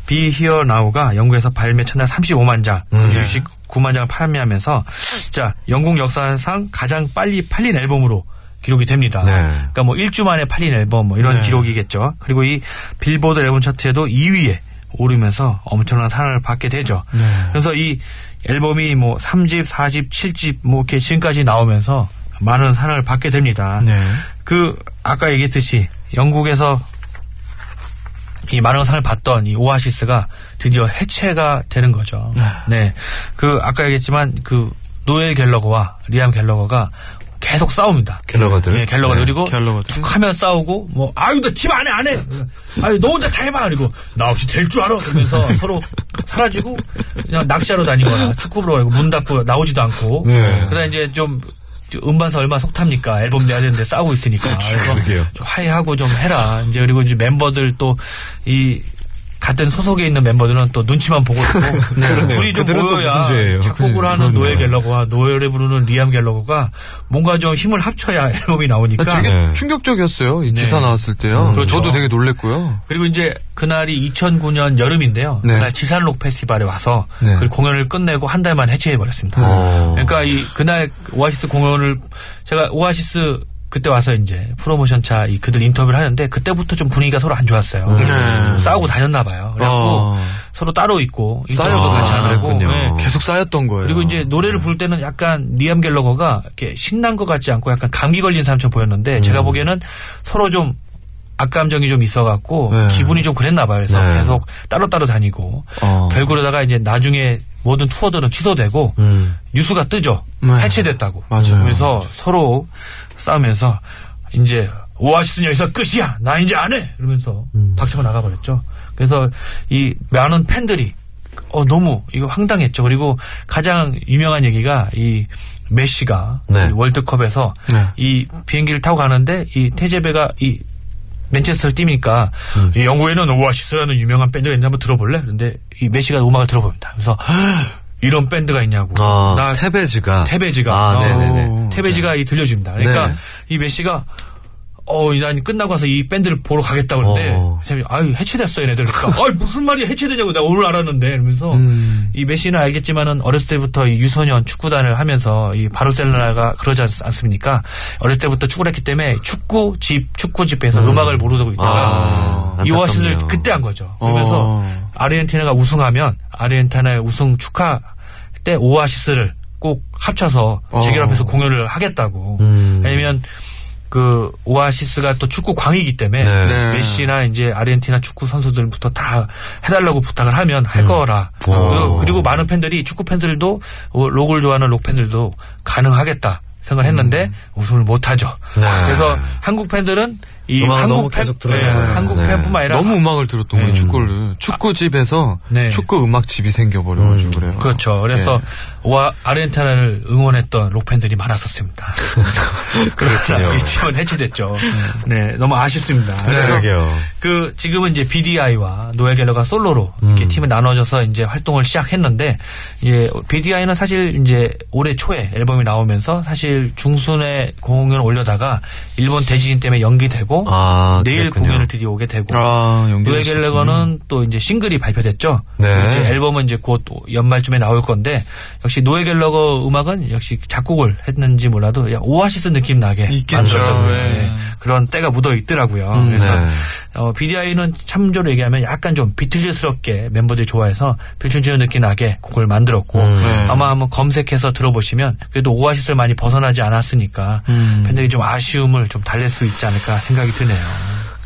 B: Be Here Now가 영국에서 발매 첫날 35만 장,
A: 음. 네.
B: 주식 9만 장을 판매하면서 자 영국 역사상 가장 빨리 팔린 앨범으로 기록이 됩니다.
A: 네.
B: 그러니까 뭐 1주 만에 팔린 앨범 뭐 이런 기록이겠죠. 그리고 이 빌보드 앨범 차트에도 2위에 오르면서 엄청난 사랑을 받게 되죠. 그래서 이 앨범이 뭐 3집, 4집, 7집 뭐 이렇게 지금까지 나오면서 많은 사랑을 받게 됩니다.
C: 네.
B: 그 아까 얘기했듯이 영국에서 이 많은 상을 받던 이 오아시스가 드디어 해체가 되는 거죠. 네. 그 아까 얘기했지만 그 노엘 갤러거와 리암 갤러거가 계속 싸웁니다.
A: 갤러거들.
B: 예, 갤러거 그리고
C: 갤러거들.
B: 툭 하면 싸우고 뭐 아유 너팀안해 안 해. 아유 너 혼자 다 해봐 그리고 나 없이 될 줄 알아 그러면서 서로 사라지고 그냥 낚시하러 다니거나 축구 보러 가고 문 닫고 나오지도 않고.
A: 네.
B: 그다 이제 좀 음반사 얼마 속 탑니까? 앨범 내야 되는데 싸우고 있으니까. 그래서
A: 그러게요.
B: 좀 화해하고 좀 해라. 이제 그리고 이제 멤버들 또 이 같은 소속에 있는 멤버들은 또 눈치만 보고 있고 둘이 좀
A: 네. 그들은 또 무슨
B: 모여야
A: 죄예요?
B: 작곡을
A: 그러니까.
B: 하는 노엘
A: 그러네요.
B: 갤러거와 노엘을 부르는 리암 갤러거가 뭔가 좀 힘을 합쳐야 앨범이 나오니까
C: 아, 되게
A: 네.
C: 충격적이었어요. 이 기사 나왔을 때요.
B: 그렇죠.
C: 저도 되게 놀랬고요.
B: 그리고 이제 그날이 2009년 여름인데요.
C: 네.
B: 그날 지산록 페스티벌에 와서
C: 네.
B: 그 공연을 끝내고 한 달만 해체해 버렸습니다.
A: 오.
B: 그러니까 이 그날 오아시스 공연을 제가 오아시스 그때 와서 이제 프로모션 차 이 그들 인터뷰를 하는데 그때부터 좀 분위기가 서로 안 좋았어요. 싸우고 다녔나 봐요. 그래갖고
C: 어.
B: 서로 따로 있고 인터뷰도
C: 쌓여가지고
B: 같이 안 하고
A: 그렇군요.
B: 네.
C: 계속 쌓였던 거예요.
B: 그리고 이제 노래를 부를 때는 약간 니암 갤러거가 이렇게 신난 것 같지 않고 약간 감기 걸린 사람처럼 보였는데 제가 보기에는 서로 좀 악감정이 좀 있어갖고
C: 네.
B: 기분이 좀 그랬나 봐요. 그래서
A: 네.
B: 계속 따로따로 다니고
C: 어.
B: 결국으로다가 이제 나중에 모든 투어들은 취소되고
A: 음.
B: 뉴스가 뜨죠.
C: 네.
B: 해체됐다고.
C: 맞아요.
B: 그래서 서로 싸우면서 이제 오아시스는 여기서 끝이야. 나 이제 안 해. 이러면서
C: 음.
B: 박차고 나가버렸죠. 그래서 이 많은 팬들이 어 너무 이거 황당했죠. 그리고 가장 유명한 얘기가 이 메시가
A: 네.
B: 이 월드컵에서
C: 네.
B: 이 비행기를 타고 가는데 이 태제베가 이 맨체스터를 뛰니까 이 영국에는 오아시스라는 유명한 밴드가 있는데 한번 들어볼래? 그런데 이 메시가 음악을 들어봅니다. 그래서 이런 밴드가 있냐고.
A: 아,
B: 나
A: 테베즈가.
B: 테베지가
A: 아,
B: 어,
A: 네네네.
B: 테베지가 이 들려줍니다. 그러니까
A: 네.
B: 이 메시가 어, 난 끝나고 와서 이 밴드를 보러 가겠다 그러는데,
A: 어.
B: 선생님이, 아유, 해체됐어, 얘네들. 그러니까, 아이, 무슨 말이 해체되냐고, 내가 오늘 알았는데, 이러면서,
C: 음.
B: 이 메시는 알겠지만은, 어렸을 때부터 이 유소년 축구단을 하면서, 이 바르셀로나가 그러지 않- 않습니까? 어렸을 때부터 축구를 했기 때문에, 축구, 집, 축구 집에서 음. 악을 모르고 있다가,
A: 아,
B: 이 오아시스를
A: 안타깝네요.
B: 그때 한 거죠. 그러면서,
C: 어.
B: 아르헨티나가 우승하면, 아르헨티나의 우승 축하 때 오아시스를 꼭 합쳐서
C: 어.
B: 재결합해서 공연을 하겠다고.
A: 음.
B: 아니면 그 오아시스가 또 축구 광이기 때문에
A: 네.
C: 네.
B: 메시나 이제 아르헨티나 축구 선수들부터 다 해달라고 부탁을 하면 할 거라.
A: 오.
B: 그리고, 그리고 많은 팬들이 축구 팬들도 어, 록을 좋아하는 록 팬들도 가능하겠다. 생각을 했는데 우승을 못 하죠. 그래서 한국 팬들은 이
A: 음악을
B: 한국
A: 너무
B: 팬
A: 계속 들어요.
B: 한국
A: 네.
B: 팬뿐만 아니라
C: 너무 음악을 들었던 거예요, 축구를. 축구집에서
B: 네.
C: 축구 음악집이 생겨버려가지고 그래요.
B: 그렇죠. 그래서
A: 예.
B: 와 아르헨티나를 응원했던 록팬들이 많았었습니다.
A: 그렇군요. 음.
B: 이 팀은 해체됐죠. 네, 너무 아쉽습니다. 그래서
A: 그러게요.
B: 그 지금은 이제 BDI와 노엘 갤러가 솔로로
A: 음.
B: 이렇게 팀을 나눠져서 이제 활동을 시작했는데 이제 BDI는 사실 이제 올해 초에 앨범이 나오면서 사실 중순에 공연을 올려다가 일본 대지진 때문에 연기되고
A: 아,
B: 내일
A: 그랬군요.
B: 공연을 드디어 오게 되고
C: 아,
B: 노엘
C: 연결됐어.
B: 갤러거는 또 이제 싱글이 발표됐죠. 그
A: 네.
B: 이제 앨범은 이제 곧 연말쯤에 나올 건데 역시 노엘 갤러거 음악은 역시 작곡을 했는지 몰라도 야, 오아시스 느낌 나게
C: 있겠죠.
B: 만들었던
C: 네. 음,
B: 그런 때가 묻어 있더라고요. 그래서
A: 네.
B: 어, BDI는 참조로 얘기하면 약간 좀 비틀즈스럽게 멤버들이 좋아해서 비틀즈 느낌 나게 곡을 만들었고
C: 네.
A: 음.
B: 아마 한번 검색해서 들어보시면 그래도 오아시스를 많이 벗어나지 않았으니까
C: 음.
B: 팬들이 좀 아쉬움을 좀 달랠 수 있지 않을까 생각이 드네요.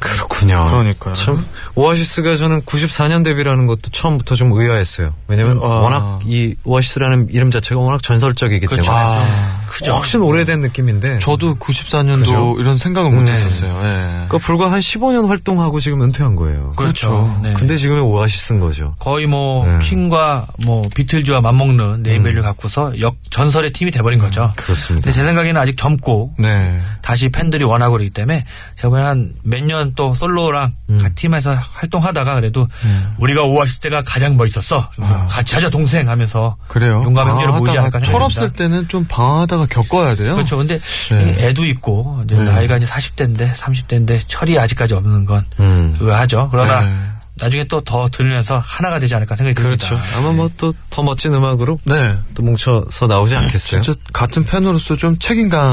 A: 그렇군요.
C: 그러니까요.
A: 참 오아시스가 저는 94년 데뷔라는 것도 처음부터 좀 의아했어요. 왜냐면
C: 아.
A: 워낙 이 오아시스라는 이름 자체가 워낙 전설적이기 때문에
B: 그렇죠.
C: 아,
B: 크죠.
A: 훨씬 오래된 느낌인데
C: 저도 94년도
A: 그죠?
C: 이런 생각을
A: 네.
C: 못했었어요. 예.
A: 그 불과 한 15년 활동하고 지금 은퇴한 거예요.
C: 그렇죠.
B: 네.
A: 근데 지금의 오아시스인 거죠.
B: 거의 뭐
A: 네. 음.
B: 킹과 뭐 비틀즈와 맞먹는 네임밸류 갖고서 역 전설의 팀이 돼버린 거죠.
A: 그렇습니다.
B: 근데 제 생각에는 아직 젊고
C: 네.
B: 다시 팬들이 원하고 그러기 때문에 제가 보기엔 한몇 년 또 솔로랑
A: 음.
B: 같은 팀에서 활동하다가 그래도
A: 네.
B: 우리가 오아시스 때가 가장 멋있었어.
A: 아.
B: 그래서 같이 하자 동생 하면서
C: 그래요.
B: 용감 형제로 모이지
C: 방황하다가
B: 않을까 생각합니다.
C: 철없을 때는 좀 방황하다가 겪어야 돼요.
B: 그렇죠. 근데
C: 네.
B: 이 애도 있고 이제
C: 네.
B: 나이가 이제 40대인데 30대인데 철이 아직까지 없는 건
A: 음.
B: 의아하죠. 그러나
C: 네.
B: 나중에 또 더 들으면서 하나가 되지 않을까 생각이
A: 그렇죠.
B: 듭니다.
A: 아마 뭐 또 더 멋진 음악으로
C: 네.
A: 또 뭉쳐서 나오지 않겠어요?
C: 진짜 같은 팬으로서 좀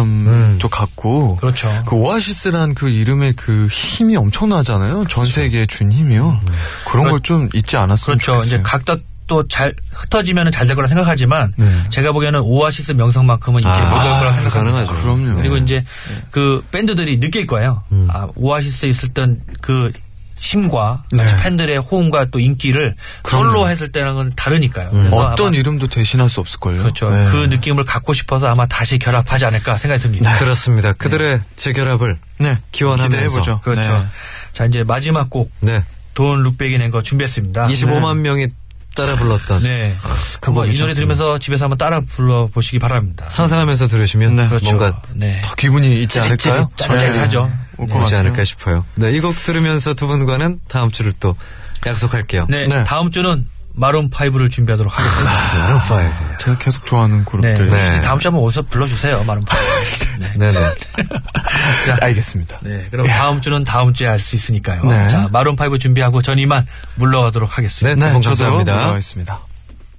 C: 책임감도 갖고
B: 그렇죠.
C: 그 오아시스란 그 이름의 그 힘이 엄청나잖아요. 전 세계에 준 힘이요. 그런 걸 좀 잊지 않았으면
B: 그렇죠. 이제
C: 좋겠어요.
B: 각각 또 잘 흩어지면 잘 될 거라 생각하지만
C: 네.
B: 제가 보기에는 오아시스 명성만큼은 이렇게
A: 아,
B: 못할 거라
A: 아,
B: 생각합니다.
A: 가능하죠.
C: 그럼요.
B: 그리고 이제 그 밴드들이 느낄 거예요. 아, 오아시스에 있을 땐 그 힘과 같이 팬들의 호응과 또 인기를 솔로 했을 때랑은 다르니까요. 그래서
C: 뭐 어떤
B: 아마
C: 이름도 대신할 수 없을걸요.
B: 그렇죠.
C: 네.
B: 그 느낌을 갖고 싶어서 아마 다시 결합하지 않을까 생각이 듭니다.
A: 네, 그렇습니다. 그들의 재결합을
C: 네.
A: 기원하면서.
C: 기대해보죠.
B: 그렇죠.
C: 네.
B: 자 이제 마지막 곡 돈
A: 네.
B: 룩백이 낸 거
C: 아, 네.
B: 준비했습니다.
A: 25만 명이 따라 불렀던
B: 네. 한번 이 노래 들으면서 집에서 한번 따라 불러보시기 바랍니다.
A: 상상하면서 들으시면
C: 네,
B: 그렇죠.
A: 뭔가
B: 네.
C: 더 기분이 있지 않을까요?
B: 짜릿짜릿하죠.
C: 올것
A: 오지
C: 같아요.
A: 네. 않을까 싶어요. 네, 이 곡 들으면서 두 분과는 다음 주를 또 약속할게요.
B: 네,
C: 네.
B: 다음 주는 마룬 파이브를 준비하도록 하겠습니다.
A: 나는 파이브.
C: 제가 계속 좋아하는
B: 네,
C: 그룹들.
A: 아, 네.
B: 혹시 다음 주 한번 어디서 불러주세요, 마룬 파이브. 네.
A: 네네.
C: 알겠습니다.
B: 네,
A: 예.
B: 그럼 다음 주는 다음 주에 알 수 있으니까요.
C: 네.
B: 자, 마룬 파이브 준비하고 전 이만 물러가도록 하겠습니다.
A: 네, 두분
C: 저도
A: 감사합니다.
C: 물러가겠습니다.